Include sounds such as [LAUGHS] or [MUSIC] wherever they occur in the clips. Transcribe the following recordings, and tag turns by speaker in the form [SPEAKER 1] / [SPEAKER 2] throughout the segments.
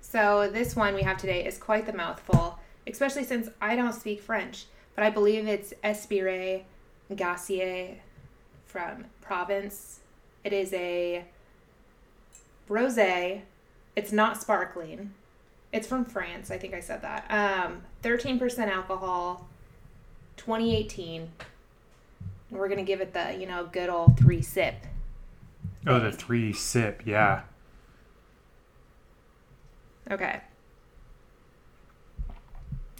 [SPEAKER 1] So this one we have today is quite the mouthful, especially since I don't speak French, but I believe it's Espire Gassier from Provence. It is a rosé. It's not sparkling. It's from France. I think I said that. Um, 13% alcohol, 2018. And We're gonna give it the you know good old three sip.
[SPEAKER 2] Oh, the three sip. Yeah.
[SPEAKER 1] Okay. [LAUGHS]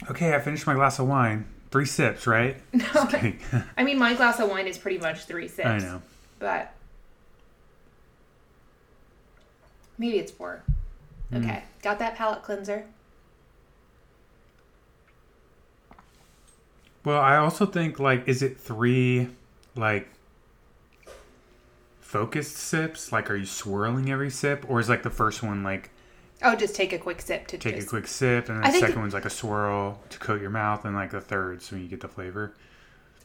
[SPEAKER 2] Okay, I finished my glass of wine. Three sips,
[SPEAKER 1] [LAUGHS]
[SPEAKER 2] right? [LAUGHS] Just kidding.
[SPEAKER 1] I mean, my glass of wine is pretty much three sips.
[SPEAKER 2] I know.
[SPEAKER 1] But maybe it's four.
[SPEAKER 2] Mm.
[SPEAKER 1] Okay. Got that palate cleanser.
[SPEAKER 2] Well, I also think like, is it three like focused sips? Like, are you swirling every sip, or is like the first one like
[SPEAKER 1] Oh, just take a quick sip to
[SPEAKER 2] take
[SPEAKER 1] just,
[SPEAKER 2] a quick sip, and
[SPEAKER 1] I
[SPEAKER 2] then the
[SPEAKER 1] think-
[SPEAKER 2] second one's like a swirl to coat your mouth, and like the third, so you get the flavor.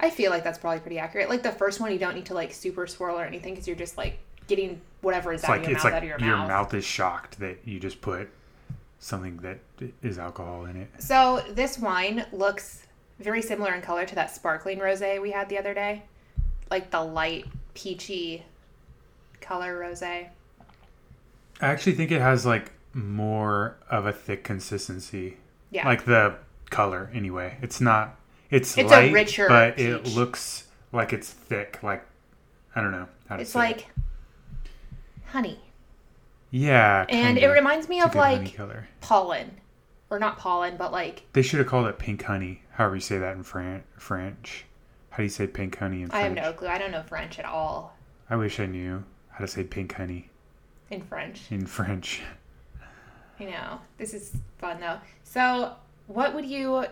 [SPEAKER 1] I feel like that's probably pretty accurate. Like the first one, you don't need to like super swirl or anything because you're just like getting whatever is
[SPEAKER 2] It's
[SPEAKER 1] out
[SPEAKER 2] like
[SPEAKER 1] of your
[SPEAKER 2] it's
[SPEAKER 1] mouth
[SPEAKER 2] like
[SPEAKER 1] out of your, mouth.
[SPEAKER 2] is shocked that you just put something that is alcohol in it.
[SPEAKER 1] So this wine looks very similar in color to that sparkling rosé we had the other day, like the light peachy color rosé.
[SPEAKER 2] I actually think it has like more of a thick consistency.
[SPEAKER 1] Yeah.
[SPEAKER 2] Like the color, anyway. It's not. It's,
[SPEAKER 1] It's a
[SPEAKER 2] light,
[SPEAKER 1] richer
[SPEAKER 2] but it
[SPEAKER 1] peach.
[SPEAKER 2] looks like it's thick. Like I don't know how to
[SPEAKER 1] It's
[SPEAKER 2] say it.
[SPEAKER 1] like honey.
[SPEAKER 2] yeah,
[SPEAKER 1] And it
[SPEAKER 2] kinda.
[SPEAKER 1] reminds me
[SPEAKER 2] It's a
[SPEAKER 1] of
[SPEAKER 2] good honey
[SPEAKER 1] like
[SPEAKER 2] color.
[SPEAKER 1] pollen. Or not pollen, but like
[SPEAKER 2] They should have called it pink honey. However you say that in Fran- French. How do you say pink honey in
[SPEAKER 1] I have
[SPEAKER 2] French?
[SPEAKER 1] no clue. I don't know French at all
[SPEAKER 2] I wish I knew how to say pink honey
[SPEAKER 1] in French.
[SPEAKER 2] in [LAUGHS] French.
[SPEAKER 1] I know. This is fun though. So, what would you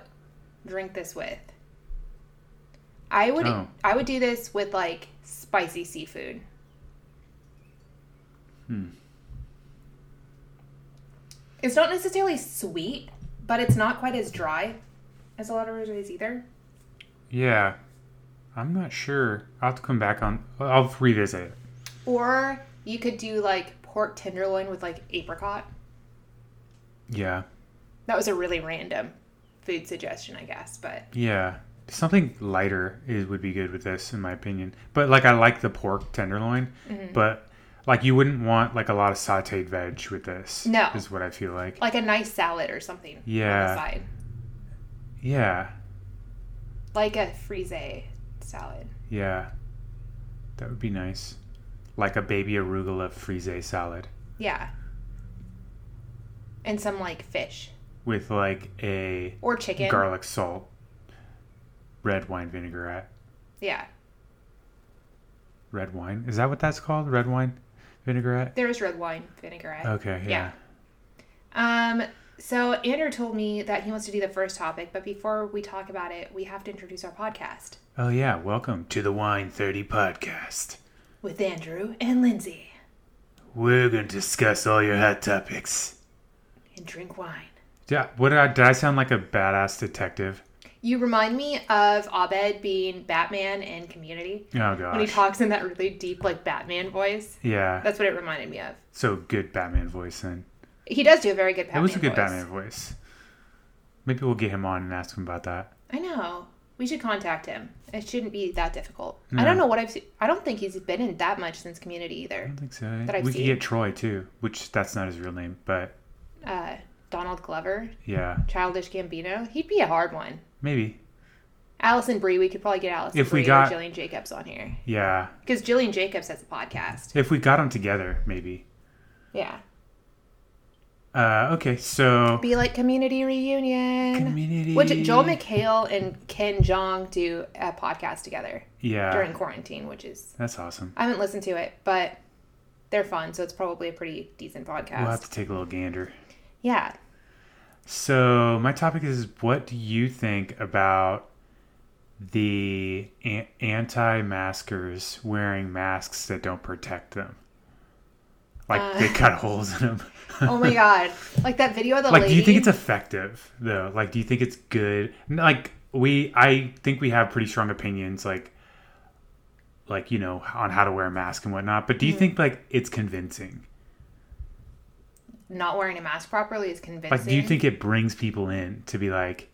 [SPEAKER 1] drink this with? I would
[SPEAKER 2] Oh.
[SPEAKER 1] I would do this with like spicy seafood.
[SPEAKER 2] Hmm.
[SPEAKER 1] It's not necessarily sweet, but it's not quite as dry as a lot of rosés either.
[SPEAKER 2] Yeah, I'm not sure. I'll have to come back on. I'll revisit it.
[SPEAKER 1] Or you could do like pork tenderloin with like apricot.
[SPEAKER 2] Yeah.
[SPEAKER 1] That was a really random food suggestion, I guess, but
[SPEAKER 2] Yeah, something lighter is would be good with this, in my opinion. But like, I like the pork tenderloin,
[SPEAKER 1] Mm-hmm.
[SPEAKER 2] but like, you wouldn't want like a lot of sautéed veg with this.
[SPEAKER 1] No.
[SPEAKER 2] is what I feel like.
[SPEAKER 1] like a nice salad or something on the
[SPEAKER 2] Yeah.
[SPEAKER 1] side.
[SPEAKER 2] Yeah,
[SPEAKER 1] Like a frise salad.
[SPEAKER 2] yeah, that would be nice. Like a baby arugula frise salad
[SPEAKER 1] Yeah. And some like fish
[SPEAKER 2] with like a
[SPEAKER 1] or chicken.
[SPEAKER 2] garlic salt, red wine vinaigrette.
[SPEAKER 1] Yeah.
[SPEAKER 2] Red wine is that what that's called? Red wine vinaigrette.
[SPEAKER 1] There is red wine vinaigrette.
[SPEAKER 2] Okay, yeah.
[SPEAKER 1] Um so Andrew told me that he wants to do the first topic, but before we talk about it, we have to introduce our podcast
[SPEAKER 2] Oh yeah, welcome to the Wine Thirty podcast.
[SPEAKER 1] with Andrew and Lindsay
[SPEAKER 2] We're gonna discuss all your hot topics.
[SPEAKER 1] and drink wine.
[SPEAKER 2] Yeah, what did I, did I sound like a badass detective?
[SPEAKER 1] You remind me of Abed being Batman in Community
[SPEAKER 2] Oh
[SPEAKER 1] when he
[SPEAKER 2] gosh,
[SPEAKER 1] talks in that really deep like Batman voice.
[SPEAKER 2] yeah.
[SPEAKER 1] That's what it reminded me of.
[SPEAKER 2] So good Batman voice then.
[SPEAKER 1] He does do a very good Batman.
[SPEAKER 2] It was a good
[SPEAKER 1] voice.
[SPEAKER 2] Batman voice. Maybe we'll get him on and ask him about that.
[SPEAKER 1] I know. We should contact him. It shouldn't be that difficult. I don't know what I've. se- I don't think he's been in that much since Community
[SPEAKER 2] I
[SPEAKER 1] either.
[SPEAKER 2] don't think so.
[SPEAKER 1] That I've
[SPEAKER 2] we could
[SPEAKER 1] seen.
[SPEAKER 2] get Troy too, which that's not his real name, but
[SPEAKER 1] Uh, Donald Glover,
[SPEAKER 2] yeah,
[SPEAKER 1] Childish Gambino. He'd be a hard one.
[SPEAKER 2] maybe.
[SPEAKER 1] Allison Brie. We could probably get Allison
[SPEAKER 2] If we
[SPEAKER 1] Brie
[SPEAKER 2] got-
[SPEAKER 1] or Jillian Jacobs on here
[SPEAKER 2] Yeah,
[SPEAKER 1] because Jillian Jacobs has a podcast.
[SPEAKER 2] if we got him together, maybe.
[SPEAKER 1] Yeah.
[SPEAKER 2] Uh, okay, so
[SPEAKER 1] Be like Community reunion.
[SPEAKER 2] community.
[SPEAKER 1] Which Joel McHale and Ken Jong do a podcast together
[SPEAKER 2] Yeah,
[SPEAKER 1] during quarantine, which is
[SPEAKER 2] that's awesome.
[SPEAKER 1] I haven't listened to it, but they're fun, so it's probably a pretty decent podcast.
[SPEAKER 2] We'll have to take a little gander.
[SPEAKER 1] Yeah.
[SPEAKER 2] So my topic is what do you think about the an- anti-maskers wearing masks that don't protect them? Like they cut holes in them.
[SPEAKER 1] Uh, [LAUGHS] Oh
[SPEAKER 2] [LAUGHS]
[SPEAKER 1] my god! Like that video of the
[SPEAKER 2] like
[SPEAKER 1] lady.
[SPEAKER 2] do you think it's effective though? Like do you think it's good? N- Like we I think we have pretty strong opinions like like you
[SPEAKER 1] Mm.
[SPEAKER 2] know on how to wear a mask and whatnot, but do you think like it's convincing?
[SPEAKER 1] not wearing a mask properly is convincing.
[SPEAKER 2] Like, do you think it brings people in to be like,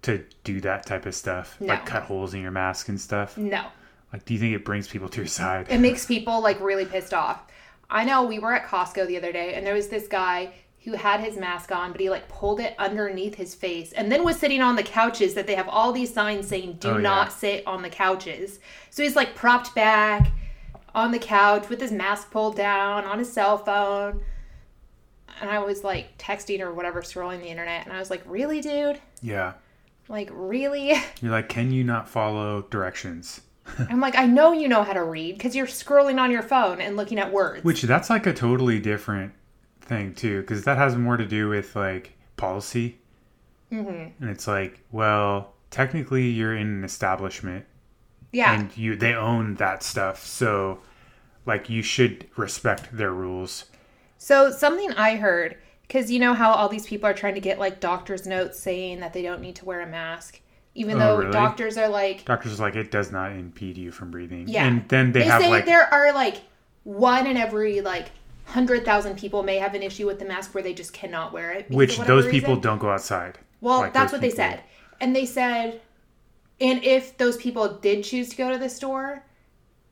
[SPEAKER 2] to do that type of stuff?
[SPEAKER 1] No.
[SPEAKER 2] Like, cut holes in your mask and stuff?
[SPEAKER 1] No. Mm-hmm.
[SPEAKER 2] Like, do you think it brings people to your side?
[SPEAKER 1] It makes people like really pissed off. I know we were at Costco the other day and there was this guy who had his mask on, but he like pulled it underneath his face and then was sitting on the couches that they have all these signs saying do
[SPEAKER 2] Oh, yeah.
[SPEAKER 1] not sit on the couches. So he's like propped back on the couch with his mask pulled down on his cell phone. And I was like texting or whatever, scrolling the internet, and I was like, really, dude?
[SPEAKER 2] yeah.
[SPEAKER 1] Like,
[SPEAKER 2] [LAUGHS]
[SPEAKER 1] really?
[SPEAKER 2] You're like, can you not follow directions?
[SPEAKER 1] I'm like, I know you know how to read because you're scrolling on your phone and looking at words.
[SPEAKER 2] Which that's like a totally different thing too, because that has more to do with like policy. Mm-hmm. And it's like, well, technically you're in an establishment
[SPEAKER 1] yeah.
[SPEAKER 2] and you they own that stuff, so like you should respect their rules.
[SPEAKER 1] So something I heard, because you know how all these people are trying to get like doctors' notes saying that they don't need to wear a mask, even
[SPEAKER 2] Oh,
[SPEAKER 1] though
[SPEAKER 2] really?
[SPEAKER 1] doctors are like,
[SPEAKER 2] Doctors are like it does not impede you from breathing.
[SPEAKER 1] Yeah.
[SPEAKER 2] And then they,
[SPEAKER 1] they,
[SPEAKER 2] have
[SPEAKER 1] say
[SPEAKER 2] like
[SPEAKER 1] there are like one in every like hundred thousand people may have an issue with the mask where they just cannot wear it. because of
[SPEAKER 2] which
[SPEAKER 1] whatever
[SPEAKER 2] those people
[SPEAKER 1] reason.
[SPEAKER 2] don't go outside.
[SPEAKER 1] Well,
[SPEAKER 2] like,
[SPEAKER 1] that's
[SPEAKER 2] those
[SPEAKER 1] what they
[SPEAKER 2] people-
[SPEAKER 1] said, and they said, and if those people did choose to go to the store,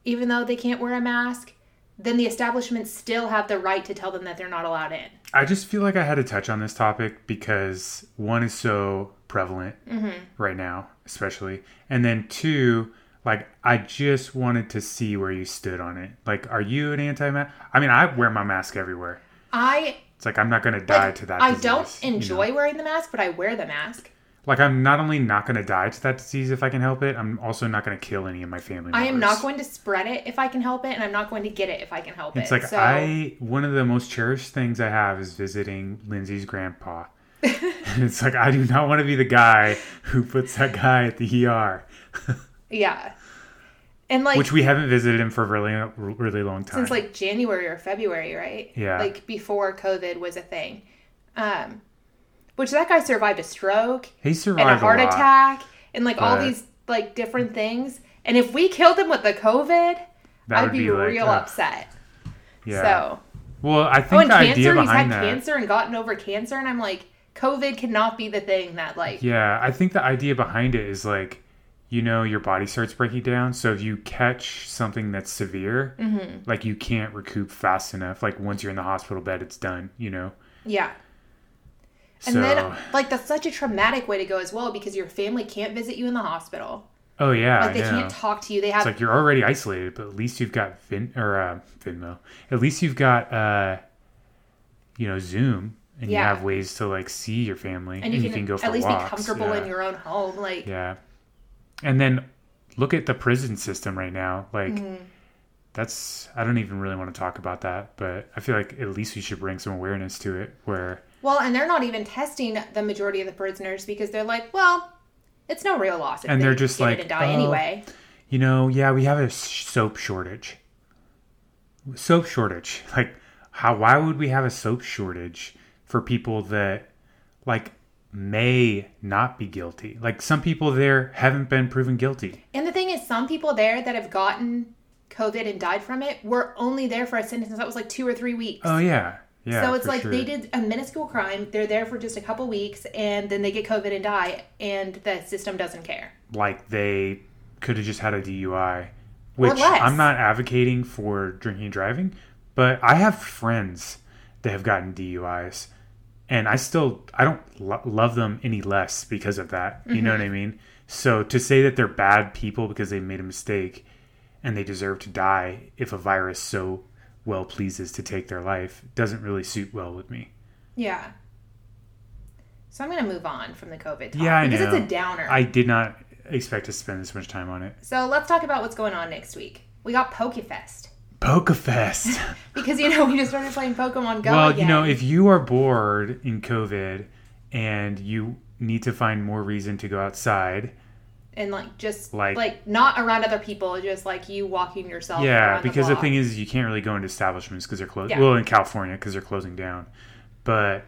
[SPEAKER 1] even though they can't wear a mask, then the establishments still have the right to tell them that they're not allowed in.
[SPEAKER 2] I just feel like I had to touch on this topic because one is so prevalent
[SPEAKER 1] Mm-hmm.
[SPEAKER 2] right now, especially, and then two, like I just wanted to see where you stood on it. Like, are you an anti-mask? I mean, I wear my mask everywhere.
[SPEAKER 1] I
[SPEAKER 2] It's like I'm not gonna die
[SPEAKER 1] Like,
[SPEAKER 2] to that.
[SPEAKER 1] I
[SPEAKER 2] disease,
[SPEAKER 1] don't
[SPEAKER 2] you know?
[SPEAKER 1] enjoy wearing the mask, but I wear the mask.
[SPEAKER 2] Like, I'm not only not gonna die to that disease if I can help it. I'm also not gonna kill any of my family.
[SPEAKER 1] I
[SPEAKER 2] members.
[SPEAKER 1] am not going to spread it if I can help it, and I'm not going to get it if I can help
[SPEAKER 2] It's
[SPEAKER 1] it.
[SPEAKER 2] like
[SPEAKER 1] so
[SPEAKER 2] I one of the most cherished things I have is visiting
[SPEAKER 1] [LAUGHS]
[SPEAKER 2] Lindsay's grandpa. and it's like I do not want to be the guy who puts that guy at the ER,
[SPEAKER 1] yeah, and like
[SPEAKER 2] which we haven't visited him for a really really long time.
[SPEAKER 1] since like January or February, right?
[SPEAKER 2] Yeah.
[SPEAKER 1] like before COVID was a thing. Um, which that guy survived a stroke
[SPEAKER 2] he survived
[SPEAKER 1] and a heart
[SPEAKER 2] lot.
[SPEAKER 1] attack and like all
[SPEAKER 2] but-
[SPEAKER 1] these like different things. And if we killed him with the COVID,
[SPEAKER 2] That
[SPEAKER 1] I'd
[SPEAKER 2] would
[SPEAKER 1] be,
[SPEAKER 2] be like,
[SPEAKER 1] real
[SPEAKER 2] uh,
[SPEAKER 1] upset.
[SPEAKER 2] Yeah.
[SPEAKER 1] So.
[SPEAKER 2] well, I
[SPEAKER 1] Oh,
[SPEAKER 2] think
[SPEAKER 1] and
[SPEAKER 2] the idea
[SPEAKER 1] cancer. He's had
[SPEAKER 2] behind that.
[SPEAKER 1] cancer and gotten over cancer, and I'm like, COVID cannot be the thing that like.
[SPEAKER 2] Yeah, I think the idea behind it is like, you know, your body starts breaking down. So if you catch something that's severe,
[SPEAKER 1] Mm-hmm.
[SPEAKER 2] like you can't recoup fast enough. Like once you're in the hospital bed, it's done. You know.
[SPEAKER 1] Yeah. And
[SPEAKER 2] so
[SPEAKER 1] then like that's such a traumatic way to go as well because your family can't visit you in the hospital.
[SPEAKER 2] oh yeah,
[SPEAKER 1] Like they
[SPEAKER 2] I know.
[SPEAKER 1] can't talk to you. They have
[SPEAKER 2] It's like you're already isolated, but at least you've got Vin or uh, Venmo. At least you've got uh, you know Zoom, and
[SPEAKER 1] Yeah.
[SPEAKER 2] you have ways to like see your family,
[SPEAKER 1] and you can,
[SPEAKER 2] go for
[SPEAKER 1] at least
[SPEAKER 2] walks.
[SPEAKER 1] be comfortable
[SPEAKER 2] yeah.
[SPEAKER 1] in your own home. Like
[SPEAKER 2] yeah. And then look at the prison system right now. Like
[SPEAKER 1] Mm-hmm.
[SPEAKER 2] that's I don't even really want to talk about that, but I feel like at least we should bring some awareness to it. Where
[SPEAKER 1] well, and they're not even testing the majority of the prisoners because they're like, well, it's no real loss. If
[SPEAKER 2] And
[SPEAKER 1] they
[SPEAKER 2] they're just
[SPEAKER 1] get it
[SPEAKER 2] like,
[SPEAKER 1] and die
[SPEAKER 2] oh,
[SPEAKER 1] anyway.
[SPEAKER 2] you know, yeah, we have a sh- soap shortage. Soap shortage. [LAUGHS] Like, how? Why would we have a soap shortage for people that, like, may not be guilty? Like, some people there haven't been proven guilty.
[SPEAKER 1] And the thing is, some people there that have gotten COVID and died from it were only there for a sentence that was like two or three weeks.
[SPEAKER 2] Oh yeah, yeah.
[SPEAKER 1] so it's
[SPEAKER 2] for
[SPEAKER 1] like
[SPEAKER 2] sure.
[SPEAKER 1] they did a minuscule crime. They're there for just a couple weeks, and then they get COVID and die, and the system doesn't care.
[SPEAKER 2] like they could have just had a DUI, which
[SPEAKER 1] less.
[SPEAKER 2] I'm not advocating for drinking and driving, but I have friends that have gotten DUIs and I still I don't lo- love them any less because of that. You know what I mean? So to say that they're bad people because they made a mistake and they deserve to die if a virus so well pleases to take their life doesn't really suit well with me.
[SPEAKER 1] Yeah. So I'm gonna move on from the COVID talk
[SPEAKER 2] Yeah, I
[SPEAKER 1] because
[SPEAKER 2] know.
[SPEAKER 1] it's a downer.
[SPEAKER 2] I did not expect to spend this much time on it.
[SPEAKER 1] so let's talk about what's going on next week. We got Pokefest
[SPEAKER 2] Pokefest.
[SPEAKER 1] because you know we just started playing Pokemon Go.
[SPEAKER 2] Well, you
[SPEAKER 1] again.
[SPEAKER 2] know, if you are bored in COVID and you need to find more reason to go outside,
[SPEAKER 1] and like just like,
[SPEAKER 2] Like-
[SPEAKER 1] not around other people, just like you walking yourself.
[SPEAKER 2] yeah,
[SPEAKER 1] around
[SPEAKER 2] because the,
[SPEAKER 1] block.
[SPEAKER 2] thing is, you can't really go into establishments because they're closed.
[SPEAKER 1] Yeah.
[SPEAKER 2] Well, in California, because they're closing down, but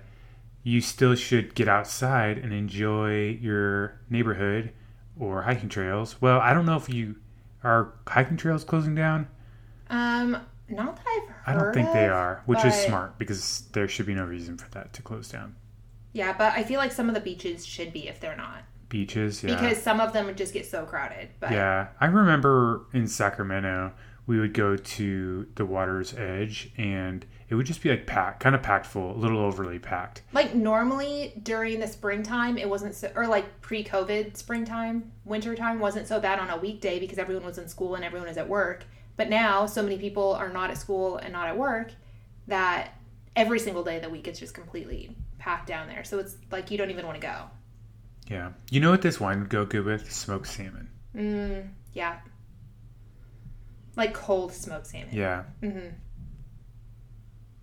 [SPEAKER 2] you still should get outside and enjoy your neighborhood or hiking trails. Well, I don't know if you are hiking trails closing down.
[SPEAKER 1] Um, not that I've
[SPEAKER 2] I don't
[SPEAKER 1] heard
[SPEAKER 2] think they
[SPEAKER 1] of,
[SPEAKER 2] are, which is
[SPEAKER 1] but-
[SPEAKER 2] smart because there should be no reason for that to close down.
[SPEAKER 1] Yeah, but I feel like some of the beaches should be if they're not.
[SPEAKER 2] Beaches, yeah.
[SPEAKER 1] Because some of them would just get so crowded. But
[SPEAKER 2] Yeah, I remember in Sacramento, we would go to the water's edge and it would just be like packed, kind of packed full, a little overly packed.
[SPEAKER 1] like normally during the springtime it wasn't so or like pre-covid springtime wintertime wasn't so bad on a weekday because everyone was in school and everyone was at work but now so many people are not at school and not at work that every single day of the week it's just completely packed down there so it's like you don't even want to go
[SPEAKER 2] Yeah. You know what this wine would go good with? Smoked salmon.
[SPEAKER 1] mm, yeah like cold smoked salmon
[SPEAKER 2] Yeah.
[SPEAKER 1] hmm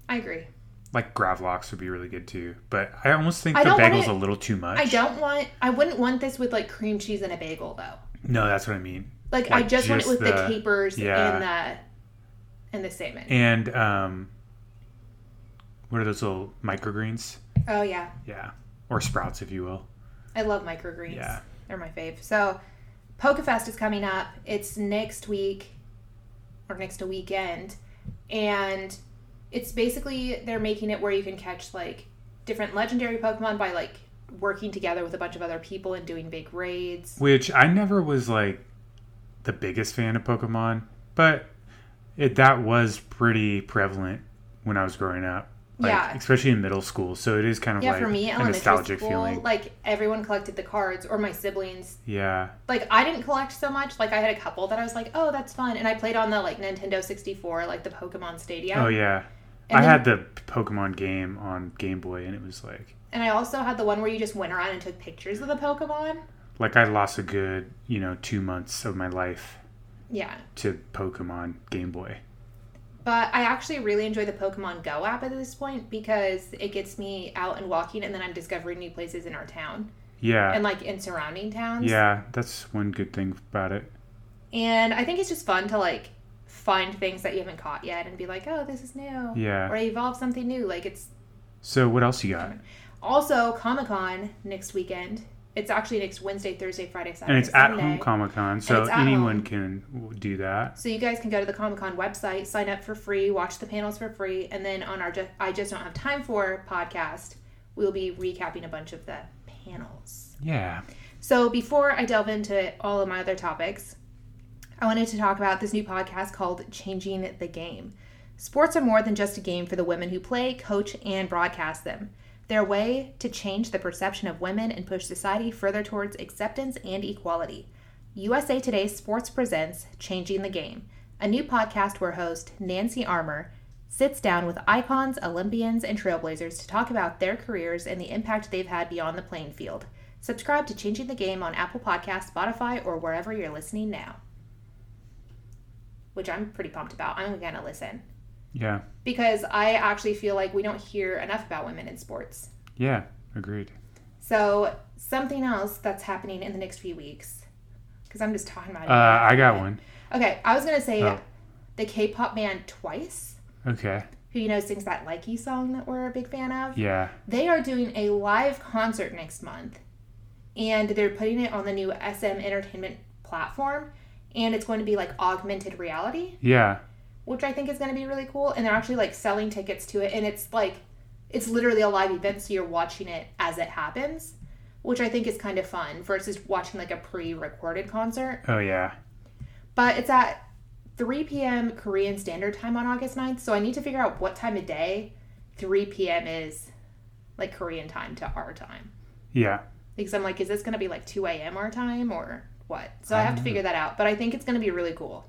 [SPEAKER 1] i agree
[SPEAKER 2] Like gravlax would be really good too. But I almost think
[SPEAKER 1] I
[SPEAKER 2] the
[SPEAKER 1] don't want
[SPEAKER 2] bagel's
[SPEAKER 1] it-
[SPEAKER 2] a little too much.
[SPEAKER 1] i don't want i wouldn't want this with like cream cheese and a bagel though
[SPEAKER 2] No, that's what I mean.
[SPEAKER 1] Like, I
[SPEAKER 2] Like,
[SPEAKER 1] just, want it
[SPEAKER 2] just
[SPEAKER 1] with the,
[SPEAKER 2] the-
[SPEAKER 1] capers
[SPEAKER 2] yeah.
[SPEAKER 1] and the and the salmon.
[SPEAKER 2] And um what are those little microgreens?
[SPEAKER 1] oh yeah,
[SPEAKER 2] Yeah. Or sprouts if you will.
[SPEAKER 1] I love microgreens.
[SPEAKER 2] Yeah.
[SPEAKER 1] They're my fave. So, Pokefest is coming up. It's next week or next weekend, and it's basically they're making it where you can catch like different legendary Pokemon by like working together with a bunch of other people and doing big raids.
[SPEAKER 2] Which I never was like the biggest fan of Pokemon, but it that was pretty prevalent when I was growing up. Like,
[SPEAKER 1] Yeah.
[SPEAKER 2] Especially in middle school. So it is kind of
[SPEAKER 1] Yeah,
[SPEAKER 2] like
[SPEAKER 1] for me,
[SPEAKER 2] a
[SPEAKER 1] elementary
[SPEAKER 2] nostalgic
[SPEAKER 1] school,
[SPEAKER 2] feeling.
[SPEAKER 1] like everyone collected the cards, or my siblings
[SPEAKER 2] Yeah.
[SPEAKER 1] like I didn't collect so much. Like I had a couple that I was like, oh, that's fun, and I played on the like Nintendo sixty four, like the Pokemon Stadium.
[SPEAKER 2] Oh yeah.
[SPEAKER 1] And
[SPEAKER 2] I
[SPEAKER 1] then-
[SPEAKER 2] had the Pokemon game on Game Boy and it was like
[SPEAKER 1] And I also had the one where you just went around and took pictures of the Pokemon.
[SPEAKER 2] like I lost a good, you know, 2 months of my life
[SPEAKER 1] Yeah,
[SPEAKER 2] to Pokemon Game Boy.
[SPEAKER 1] but I actually really enjoy the Pokemon Go app at this point because it gets me out and walking, and then I'm discovering new places in our town
[SPEAKER 2] Yeah.
[SPEAKER 1] and like in surrounding towns.
[SPEAKER 2] Yeah, that's one good thing about it.
[SPEAKER 1] And I think it's just fun to like find things that you haven't caught yet and be like, oh, this is new, or
[SPEAKER 2] Yeah.
[SPEAKER 1] evolve something new. Like it's
[SPEAKER 2] So what else you got?
[SPEAKER 1] Also, Comic Con next weekend. It's actually next Wednesday, Thursday, Friday, Saturday,
[SPEAKER 2] And it's at
[SPEAKER 1] Sunday.
[SPEAKER 2] home Comic Con, so
[SPEAKER 1] it's at
[SPEAKER 2] anyone
[SPEAKER 1] home.
[SPEAKER 2] can w- do that.
[SPEAKER 1] So you guys can go to the Comic Con website, sign up for free, watch the panels for free, and then on our Ju- "I Just Don't Have Time For" podcast, we'll be recapping a bunch of the panels.
[SPEAKER 2] Yeah.
[SPEAKER 1] So before I delve into all of my other topics, I wanted to talk about this new podcast called Changing the Game. Sports are more than just a game for the women who play, coach, and broadcast them. They're a way to change the perception of women and push society further towards acceptance and equality. USA Today Sports presents Changing the Game, a new podcast where host Nancy Armour sits down with icons, Olympians, and trailblazers to talk about their careers and the impact they've had beyond the playing field. Subscribe to Changing the Game on Apple Podcasts, Spotify, or wherever you're listening now. Which I'm pretty pumped about. I'm going to listen
[SPEAKER 2] Yeah.
[SPEAKER 1] because I actually feel like we don't hear enough about women in sports.
[SPEAKER 2] Yeah. Agreed.
[SPEAKER 1] So, something else that's happening in the next few weeks, because I'm just talking about it.
[SPEAKER 2] Uh, I got one.
[SPEAKER 1] Okay, I was going to say
[SPEAKER 2] Oh.
[SPEAKER 1] the K pop band Twice,
[SPEAKER 2] Okay.
[SPEAKER 1] who you know sings that Likey song that we're a big fan of.
[SPEAKER 2] Yeah.
[SPEAKER 1] They are doing a live concert next month, and they're putting it on the new SM Entertainment platform, and it's going to be like augmented reality.
[SPEAKER 2] Yeah.
[SPEAKER 1] which I think is going to be really cool. And they're actually like selling tickets to it, and it's like it's literally a live event, so you're watching it as it happens, which I think is kind of fun versus watching like a pre-recorded concert.
[SPEAKER 2] Oh yeah.
[SPEAKER 1] But it's at 3 p.m. Korean Standard Time on August 9th, so I need to figure out what time of day 3 p.m. is like Korean time to our time.
[SPEAKER 2] Yeah.
[SPEAKER 1] Because I'm like, is this going to be like 2 a.m. our time or what? So I have to figure that out. But I think it's going to be really cool.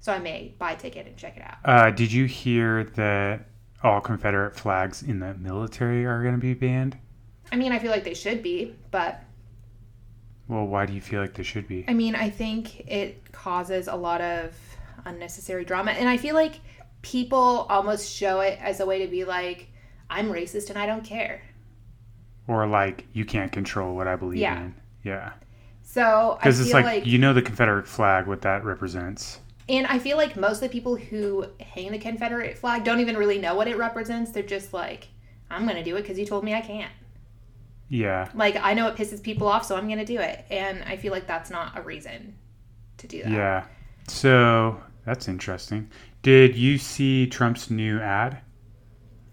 [SPEAKER 1] So I may buy a ticket and check it out.
[SPEAKER 2] Uh, did you hear that all Confederate flags in the military are going to be banned?
[SPEAKER 1] I mean, I feel like they should be, but
[SPEAKER 2] Well, why do you feel like they should be?
[SPEAKER 1] I mean, I think it causes a lot of unnecessary drama. And I feel like people almost show it as a way to be like, I'm racist and I don't care.
[SPEAKER 2] Or like you can't control what I believe
[SPEAKER 1] Yeah.
[SPEAKER 2] in? Yeah.
[SPEAKER 1] So I
[SPEAKER 2] Because
[SPEAKER 1] feel
[SPEAKER 2] it's
[SPEAKER 1] like,
[SPEAKER 2] like, you know the Confederate flag, what that represents.
[SPEAKER 1] and I feel like most of the people who hang the Confederate flag don't even really know what it represents. They're just like, I'm going to do it because you told me I can't.
[SPEAKER 2] Yeah.
[SPEAKER 1] Like, I know it pisses people off, so I'm going to do it. And I feel like that's not a reason to do that.
[SPEAKER 2] Yeah. So that's interesting. Did you see Trump's new ad?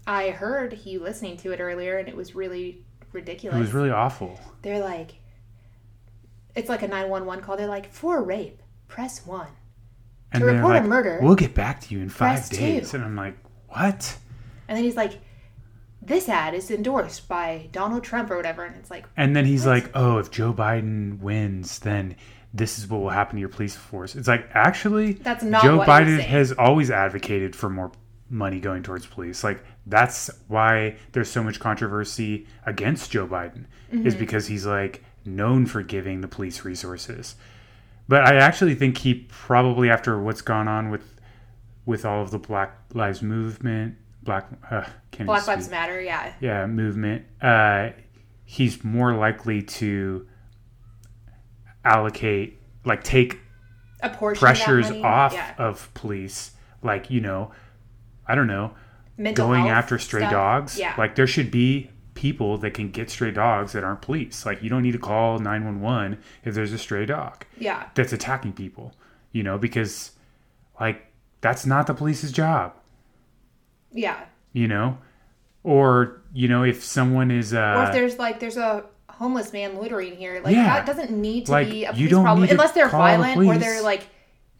[SPEAKER 1] I heard you listening to it earlier, and it was really ridiculous.
[SPEAKER 2] It was really awful.
[SPEAKER 1] They're like, it's like a 911 call. They're like, for rape, press one.
[SPEAKER 2] And
[SPEAKER 1] To
[SPEAKER 2] they're
[SPEAKER 1] report a
[SPEAKER 2] like,
[SPEAKER 1] murder,
[SPEAKER 2] We'll get back to you in five
[SPEAKER 1] press two."
[SPEAKER 2] days. And I'm like, what?
[SPEAKER 1] And then he's like, this ad is endorsed by Donald Trump or whatever. And it's like,
[SPEAKER 2] And then he's like, oh, if Joe Biden wins, then this is what will happen to your police force. It's like, actually,
[SPEAKER 1] That's not
[SPEAKER 2] Joe
[SPEAKER 1] what he's
[SPEAKER 2] Biden
[SPEAKER 1] saying.
[SPEAKER 2] has always advocated for more money going towards police. Like, that's why there's so much controversy against Joe Biden, is
[SPEAKER 1] Mm-hmm.
[SPEAKER 2] because he's like known for giving the police resources. But I actually think he probably, after what's gone on with with all of the Black Lives Movement, Black uh, can't
[SPEAKER 1] Black
[SPEAKER 2] even
[SPEAKER 1] Lives
[SPEAKER 2] speak
[SPEAKER 1] Matter, yeah.
[SPEAKER 2] yeah movement uh he's more likely to allocate like take
[SPEAKER 1] A portion
[SPEAKER 2] pressures
[SPEAKER 1] of that money,
[SPEAKER 2] off
[SPEAKER 1] yeah.
[SPEAKER 2] of police like you know i don't know
[SPEAKER 1] Mental
[SPEAKER 2] going
[SPEAKER 1] health
[SPEAKER 2] after stray
[SPEAKER 1] stuff,
[SPEAKER 2] dogs
[SPEAKER 1] Yeah.
[SPEAKER 2] like there should be people that can get stray dogs that aren't police like you don't need to call 911 if there's a stray dog
[SPEAKER 1] yeah.
[SPEAKER 2] that's attacking people you know because like that's not the police's job
[SPEAKER 1] Yeah.
[SPEAKER 2] you know or you know if someone is uh
[SPEAKER 1] or if there's like, there's a homeless man loitering here, like
[SPEAKER 2] Yeah.
[SPEAKER 1] that doesn't need to
[SPEAKER 2] Like,
[SPEAKER 1] be a
[SPEAKER 2] you
[SPEAKER 1] police
[SPEAKER 2] don't
[SPEAKER 1] problem
[SPEAKER 2] need to
[SPEAKER 1] unless they're
[SPEAKER 2] call the
[SPEAKER 1] violent or
[SPEAKER 2] police.
[SPEAKER 1] they're like,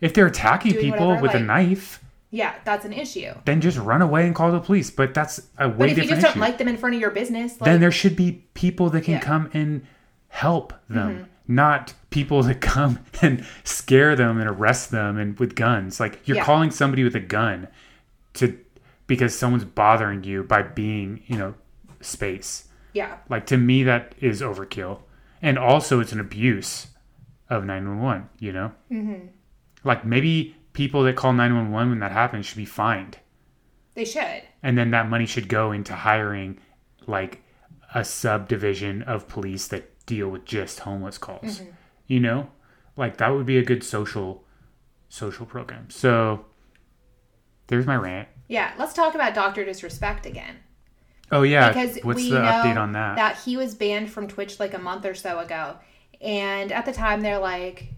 [SPEAKER 2] If they're attacking
[SPEAKER 1] doing
[SPEAKER 2] people
[SPEAKER 1] whatever,
[SPEAKER 2] with a
[SPEAKER 1] like-
[SPEAKER 2] knife,
[SPEAKER 1] yeah, that's an issue.
[SPEAKER 2] then just run away and call the police. But that's a
[SPEAKER 1] But
[SPEAKER 2] way
[SPEAKER 1] if you
[SPEAKER 2] different
[SPEAKER 1] just don't
[SPEAKER 2] issue.
[SPEAKER 1] like them in front of your business, like,
[SPEAKER 2] then there should be people that can
[SPEAKER 1] Yeah. Mm-hmm.
[SPEAKER 2] come and help them, not people that come [LAUGHS] and scare them and arrest them and with guns. Like you're
[SPEAKER 1] Yeah.
[SPEAKER 2] calling somebody with a gun to because someone's bothering you by being, you know, space.
[SPEAKER 1] yeah,
[SPEAKER 2] Like to me that is overkill. And also it's an abuse of 911, you know? Mm-hmm. Like maybe people that call 911 when that happens should be fined.
[SPEAKER 1] they should.
[SPEAKER 2] And then that money should go into hiring like a subdivision of police that deal with just homeless calls.
[SPEAKER 1] Mm-hmm.
[SPEAKER 2] You know? Like that would be a good social social program. So there's my rant.
[SPEAKER 1] Yeah. Let's talk about Dr. Disrespect again.
[SPEAKER 2] Oh yeah,
[SPEAKER 1] because
[SPEAKER 2] what's
[SPEAKER 1] we
[SPEAKER 2] the
[SPEAKER 1] know
[SPEAKER 2] update on that?
[SPEAKER 1] that he was banned from Twitch like a month or so ago, and at the time they're like,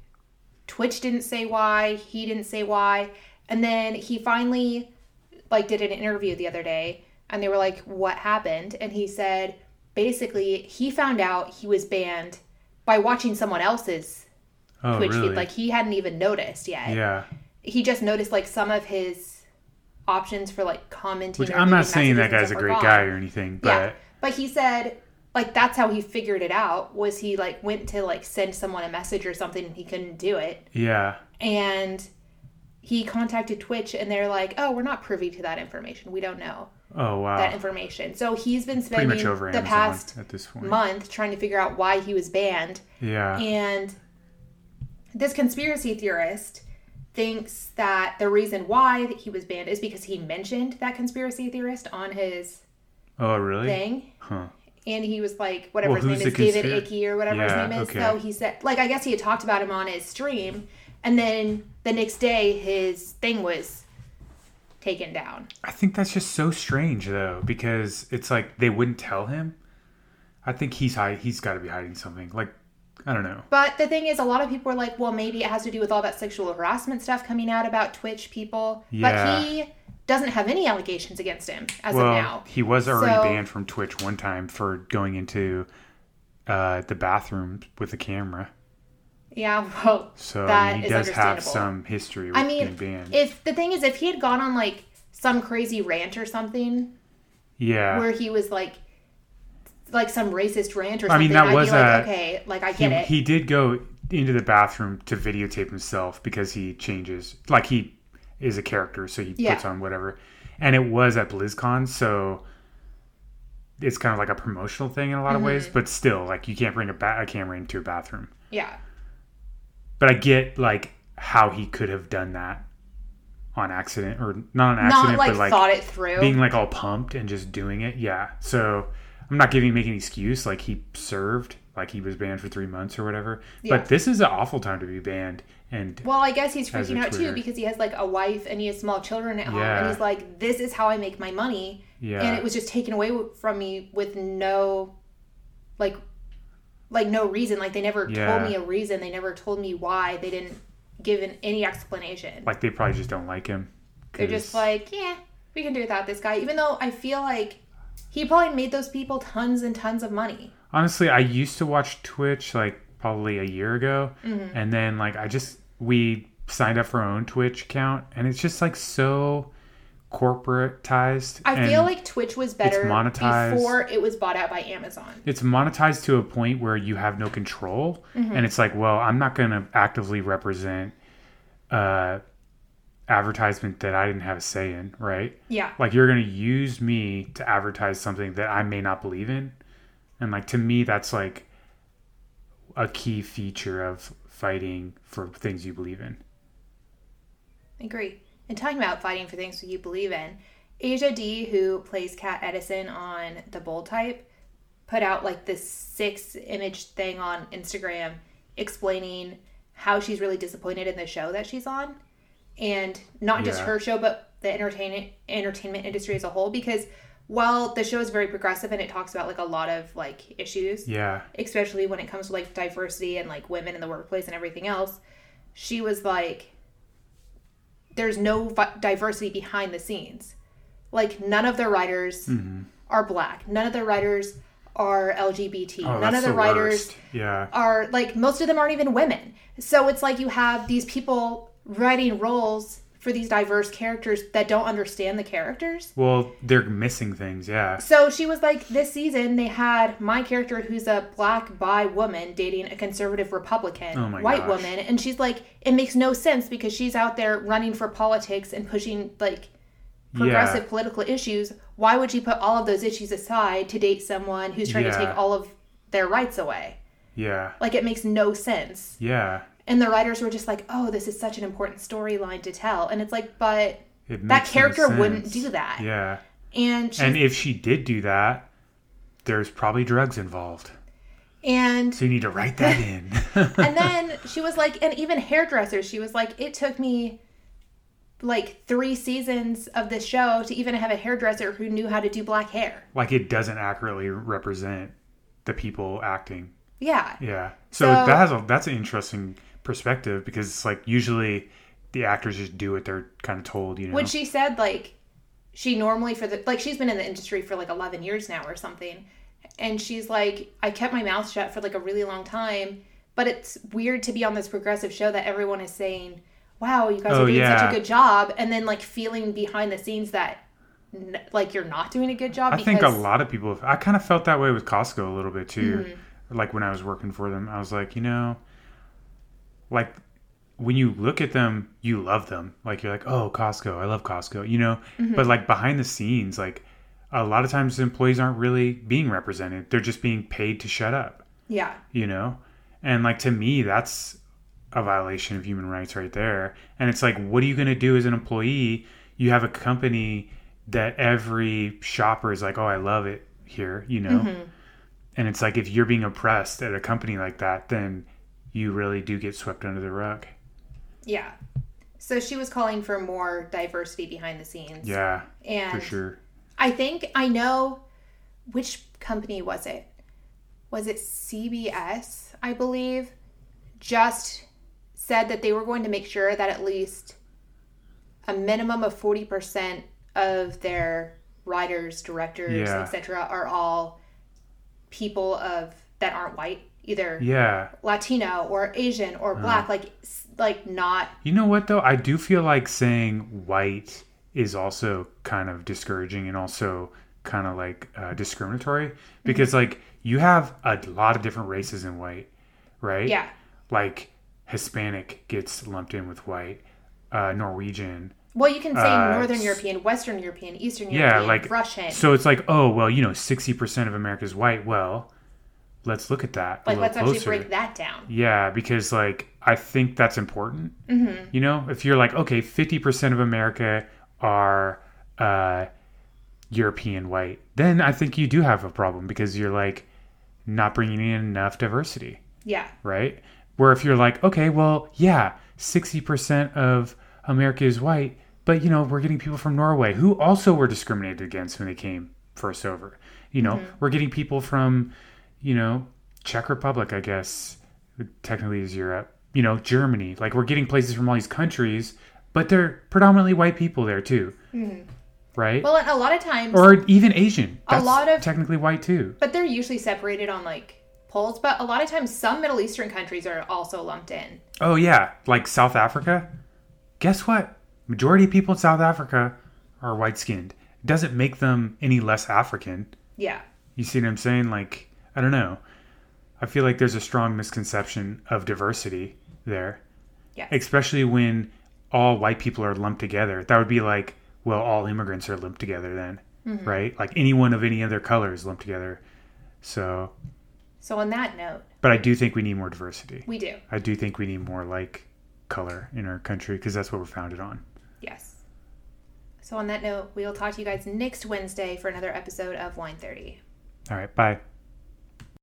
[SPEAKER 1] Twitch didn't say why, he didn't say why, and then he finally like did an interview the other day, and they were like, what happened? And he said basically he found out he was banned by watching someone else's
[SPEAKER 2] oh
[SPEAKER 1] Twitch
[SPEAKER 2] really?
[SPEAKER 1] feed, like he hadn't even noticed yet.
[SPEAKER 2] yeah.
[SPEAKER 1] He just noticed like some of his options for like commenting.
[SPEAKER 2] Which
[SPEAKER 1] or
[SPEAKER 2] I'm not
[SPEAKER 1] leaving
[SPEAKER 2] saying that
[SPEAKER 1] messages
[SPEAKER 2] guy's a
[SPEAKER 1] and stuff were
[SPEAKER 2] great
[SPEAKER 1] gone.
[SPEAKER 2] guy or anything, but
[SPEAKER 1] Yeah. But he said like that's how he figured it out was he like went to like send someone a message or something and he couldn't do it.
[SPEAKER 2] yeah.
[SPEAKER 1] And he contacted Twitch and they're like, "Oh, we're not privy to that information. We don't know
[SPEAKER 2] Oh wow.
[SPEAKER 1] that information." So he's been
[SPEAKER 2] Pretty
[SPEAKER 1] spending
[SPEAKER 2] much over
[SPEAKER 1] the
[SPEAKER 2] Amazon
[SPEAKER 1] past
[SPEAKER 2] at this point.
[SPEAKER 1] month trying to figure out why he was banned
[SPEAKER 2] yeah.
[SPEAKER 1] and this conspiracy theorist thinks that the reason why that he was banned is because he mentioned that conspiracy theorist on his
[SPEAKER 2] oh really?
[SPEAKER 1] thing
[SPEAKER 2] Huh.
[SPEAKER 1] and he was like whatever
[SPEAKER 2] Well,
[SPEAKER 1] his name
[SPEAKER 2] who's
[SPEAKER 1] is
[SPEAKER 2] the
[SPEAKER 1] david
[SPEAKER 2] conspira-
[SPEAKER 1] icky or whatever
[SPEAKER 2] Yeah,
[SPEAKER 1] his name is
[SPEAKER 2] okay.
[SPEAKER 1] so he said like i guess he had talked about him on his stream and then the next day his thing was taken down
[SPEAKER 2] I think that's just so strange though, because it's like they wouldn't tell him. I think he's hide- he's got to be hiding something. Like I don't know.
[SPEAKER 1] but the thing is a lot of people are like well maybe it has to do with all that sexual harassment stuff coming out about twitch people
[SPEAKER 2] Yeah.
[SPEAKER 1] but he doesn't have any allegations against him as
[SPEAKER 2] well,
[SPEAKER 1] of now
[SPEAKER 2] he was already
[SPEAKER 1] So-
[SPEAKER 2] banned from Twitch one time for going into uh, the bathroom with a camera.
[SPEAKER 1] yeah well
[SPEAKER 2] So I
[SPEAKER 1] That
[SPEAKER 2] mean, he
[SPEAKER 1] is
[SPEAKER 2] does have
[SPEAKER 1] understandable.
[SPEAKER 2] some history with
[SPEAKER 1] i mean
[SPEAKER 2] being banned.
[SPEAKER 1] if the thing is if he had gone on like some crazy rant or something
[SPEAKER 2] yeah.
[SPEAKER 1] where he was like like some racist rant or something.
[SPEAKER 2] I
[SPEAKER 1] I
[SPEAKER 2] mean,
[SPEAKER 1] mean,
[SPEAKER 2] that
[SPEAKER 1] I'd
[SPEAKER 2] was
[SPEAKER 1] be like,
[SPEAKER 2] a-
[SPEAKER 1] okay, like I
[SPEAKER 2] he,
[SPEAKER 1] get it.
[SPEAKER 2] he did go into the bathroom to videotape himself because he changes like he is a character so he
[SPEAKER 1] Yeah.
[SPEAKER 2] puts on whatever and it was at blizzcon so it's kind of like a promotional thing in a lot
[SPEAKER 1] Mm-hmm.
[SPEAKER 2] of ways but still like you can't bring a, ba- a camera into a bathroom
[SPEAKER 1] yeah.
[SPEAKER 2] but i get like how he could have done that on accident or not on accident
[SPEAKER 1] Not like,
[SPEAKER 2] but like
[SPEAKER 1] thought it through.
[SPEAKER 2] being like all pumped and just doing it. Yeah. So I'm not giving making an excuse like he served, like he was banned for three months or whatever.
[SPEAKER 1] Yeah.
[SPEAKER 2] But this is an awful time to be banned. And
[SPEAKER 1] well, I guess he's
[SPEAKER 2] as a
[SPEAKER 1] freaking out
[SPEAKER 2] tweeter.
[SPEAKER 1] too because he has like a wife and he has small children at home and
[SPEAKER 2] Yeah.
[SPEAKER 1] he's like, this is how I make my money.
[SPEAKER 2] yeah,
[SPEAKER 1] And it was just taken away w- from me with no, like, like no reason. Like they never
[SPEAKER 2] Yeah.
[SPEAKER 1] told me a reason. They never told me why. They didn't give an, any explanation.
[SPEAKER 2] like they probably just don't like him
[SPEAKER 1] They're just
[SPEAKER 2] 'Cause-
[SPEAKER 1] like, yeah, we can do without this guy. Even though I feel like he probably made those people tons and tons of money.
[SPEAKER 2] honestly i used to watch twitch like probably a year ago
[SPEAKER 1] Mm-hmm.
[SPEAKER 2] and then like i just we signed up for our own twitch account and it's just like so corporatized
[SPEAKER 1] I
[SPEAKER 2] and
[SPEAKER 1] feel like Twitch was better
[SPEAKER 2] monetized.
[SPEAKER 1] before it was bought out by Amazon.
[SPEAKER 2] it's monetized to a point where you have no control
[SPEAKER 1] Mm-hmm.
[SPEAKER 2] and it's like well i'm not going to actively represent uh advertisement that i didn't have a say in right
[SPEAKER 1] Yeah.
[SPEAKER 2] like you're going to use me to advertise something that I may not believe in. And like to me that's like a key feature of fighting for things you believe in.
[SPEAKER 1] Agree. And talking about fighting for things that you believe in, Asia D, who plays Kat Edison on The Bold Type, put out like this six image thing on Instagram explaining how she's really disappointed in the show that she's on. And not just
[SPEAKER 2] Yeah.
[SPEAKER 1] her show, but the entertainment entertainment industry as a whole, because while the show is very progressive and it talks about like a lot of like issues,
[SPEAKER 2] Yeah.
[SPEAKER 1] especially when it comes to like diversity and like women in the workplace and everything else she was like there's no vi- diversity behind the scenes like none of their writers
[SPEAKER 2] Mm-hmm.
[SPEAKER 1] are black none of their writers are lgbt
[SPEAKER 2] Oh,
[SPEAKER 1] none
[SPEAKER 2] that's
[SPEAKER 1] of
[SPEAKER 2] the
[SPEAKER 1] the writers
[SPEAKER 2] worst. Yeah.
[SPEAKER 1] are like most of them aren't even women. So it's like you have these people writing roles for these diverse characters that don't understand the characters.
[SPEAKER 2] Well, they're missing things, yeah.
[SPEAKER 1] So she was like, this season they had my character, who's a black bi woman, dating a conservative Republican
[SPEAKER 2] Oh my
[SPEAKER 1] white
[SPEAKER 2] gosh.
[SPEAKER 1] woman, and she's like, it makes no sense because she's out there running for politics and pushing like progressive political issues. Why would she put all of those issues aside to date someone who's trying to
[SPEAKER 2] Yeah.
[SPEAKER 1] take all of their rights away?
[SPEAKER 2] Yeah.
[SPEAKER 1] Like it makes no sense.
[SPEAKER 2] Yeah. Yeah.
[SPEAKER 1] And the writers were just like, "Oh, this is such an important storyline to tell," and it's like, but
[SPEAKER 2] It
[SPEAKER 1] that
[SPEAKER 2] makes no
[SPEAKER 1] character
[SPEAKER 2] sense.
[SPEAKER 1] wouldn't do that.
[SPEAKER 2] Yeah.
[SPEAKER 1] And she,
[SPEAKER 2] And
[SPEAKER 1] and,
[SPEAKER 2] if she did do that, there's probably drugs involved.
[SPEAKER 1] and
[SPEAKER 2] So you need to write that in. [LAUGHS]
[SPEAKER 1] then she was like, and even hairdressers, she was like, "It took me like three seasons of this show to even have a hairdresser who knew how to do black hair."
[SPEAKER 2] like it doesn't accurately represent the people acting.
[SPEAKER 1] Yeah,
[SPEAKER 2] Yeah. So,
[SPEAKER 1] So-
[SPEAKER 2] that has a that's an interesting perspective because it's like usually the actors just do what they're kind of told, you know.
[SPEAKER 1] when she said like she normally for the like she's been in the industry for like 11 years now or something and she's like i kept my mouth shut for like a really long time but it's weird to be on this progressive show that everyone is saying wow you guys
[SPEAKER 2] Oh,
[SPEAKER 1] are doing
[SPEAKER 2] yeah.
[SPEAKER 1] such a good job and then like feeling behind the scenes that n- like you're not doing a good job
[SPEAKER 2] I think a lot of people. I kind of felt that way with Costco a little bit too. Like when I was working for them, I was like, you know, like when you look at them, you love them. Like you're like, oh, Costco, I love Costco, you know. But like behind the scenes, like a lot of times employees aren't really being represented. They're just being paid to shut up.
[SPEAKER 1] yeah
[SPEAKER 2] you know and like to me that's a violation of human rights right there and it's like what are you going to do as an employee you have a company that every shopper is like oh i love it here you know and it's like if you're being oppressed at a company like that then you really do get swept under the rug
[SPEAKER 1] yeah so she was calling for more diversity behind the scenes
[SPEAKER 2] yeah
[SPEAKER 1] and
[SPEAKER 2] for sure
[SPEAKER 1] I think I know which company was it? Was it CBS, I believe? Just said that they were going to make sure that at least a minimum of 40% of their writers, directors,
[SPEAKER 2] Yeah.
[SPEAKER 1] etc. are all people of that aren't white, either
[SPEAKER 2] yeah Uh-huh.
[SPEAKER 1] Latino or Asian or black, like s- like not
[SPEAKER 2] you know what though i do feel like saying white is also kind of discouraging and also kind of like uh,
[SPEAKER 1] Mm-hmm.
[SPEAKER 2] discriminatory because like you have a lot of different races in white right
[SPEAKER 1] yeah,
[SPEAKER 2] like hispanic gets lumped in with white uh, norwegian
[SPEAKER 1] Well, you can say
[SPEAKER 2] Uh,
[SPEAKER 1] Northern
[SPEAKER 2] s-
[SPEAKER 1] European, Western European, Eastern
[SPEAKER 2] Yeah,
[SPEAKER 1] European,
[SPEAKER 2] like-
[SPEAKER 1] Russian.
[SPEAKER 2] so it's like oh well you know 60% of america is white well let's look at that a
[SPEAKER 1] like,
[SPEAKER 2] little
[SPEAKER 1] let's actually
[SPEAKER 2] closer.
[SPEAKER 1] break that down.
[SPEAKER 2] Yeah, because like I think that's important. Mm-hmm. You know, if you're like, okay, fifty percent of America are uh, European white, then I think you do have a problem because you're like not bringing in enough diversity,
[SPEAKER 1] Yeah,
[SPEAKER 2] right? Where if you're like, okay, well, yeah, sixty percent of America is white, but you know, we're getting people from Norway who also were discriminated against when they came first over. You know,
[SPEAKER 1] Mm-hmm.
[SPEAKER 2] we're getting people from, you know, Czech Republic, I guess, technically is Europe. You know, Germany. Like we're getting places from all these countries but they're predominantly white people there too, right?
[SPEAKER 1] Mm-hmm. Well, and a lot of times,
[SPEAKER 2] or even Asian. That's
[SPEAKER 1] lot of-
[SPEAKER 2] technically white too.
[SPEAKER 1] but they're usually separated on like polls. But a lot of times, some Middle Eastern countries are also lumped in.
[SPEAKER 2] Oh yeah, like South Africa. Guess what? Majority of people in South Africa are white skinned. It doesn't make them any less African.
[SPEAKER 1] Yeah.
[SPEAKER 2] You see what I'm saying? Like, I don't know. I feel like there's a strong misconception of diversity there.
[SPEAKER 1] Yeah.
[SPEAKER 2] Especially when all white people are lumped together. That would be like, well, all immigrants are lumped together then, right? Like anyone of any other color is lumped together. So,
[SPEAKER 1] So on that note,
[SPEAKER 2] but I do think we need more diversity.
[SPEAKER 1] we do.
[SPEAKER 2] I do think we need more like color in our country because that's what we're founded on.
[SPEAKER 1] Yes. So on that note, we'll talk to you guys next Wednesday for another episode of Wine Thirty.
[SPEAKER 2] All right, bye.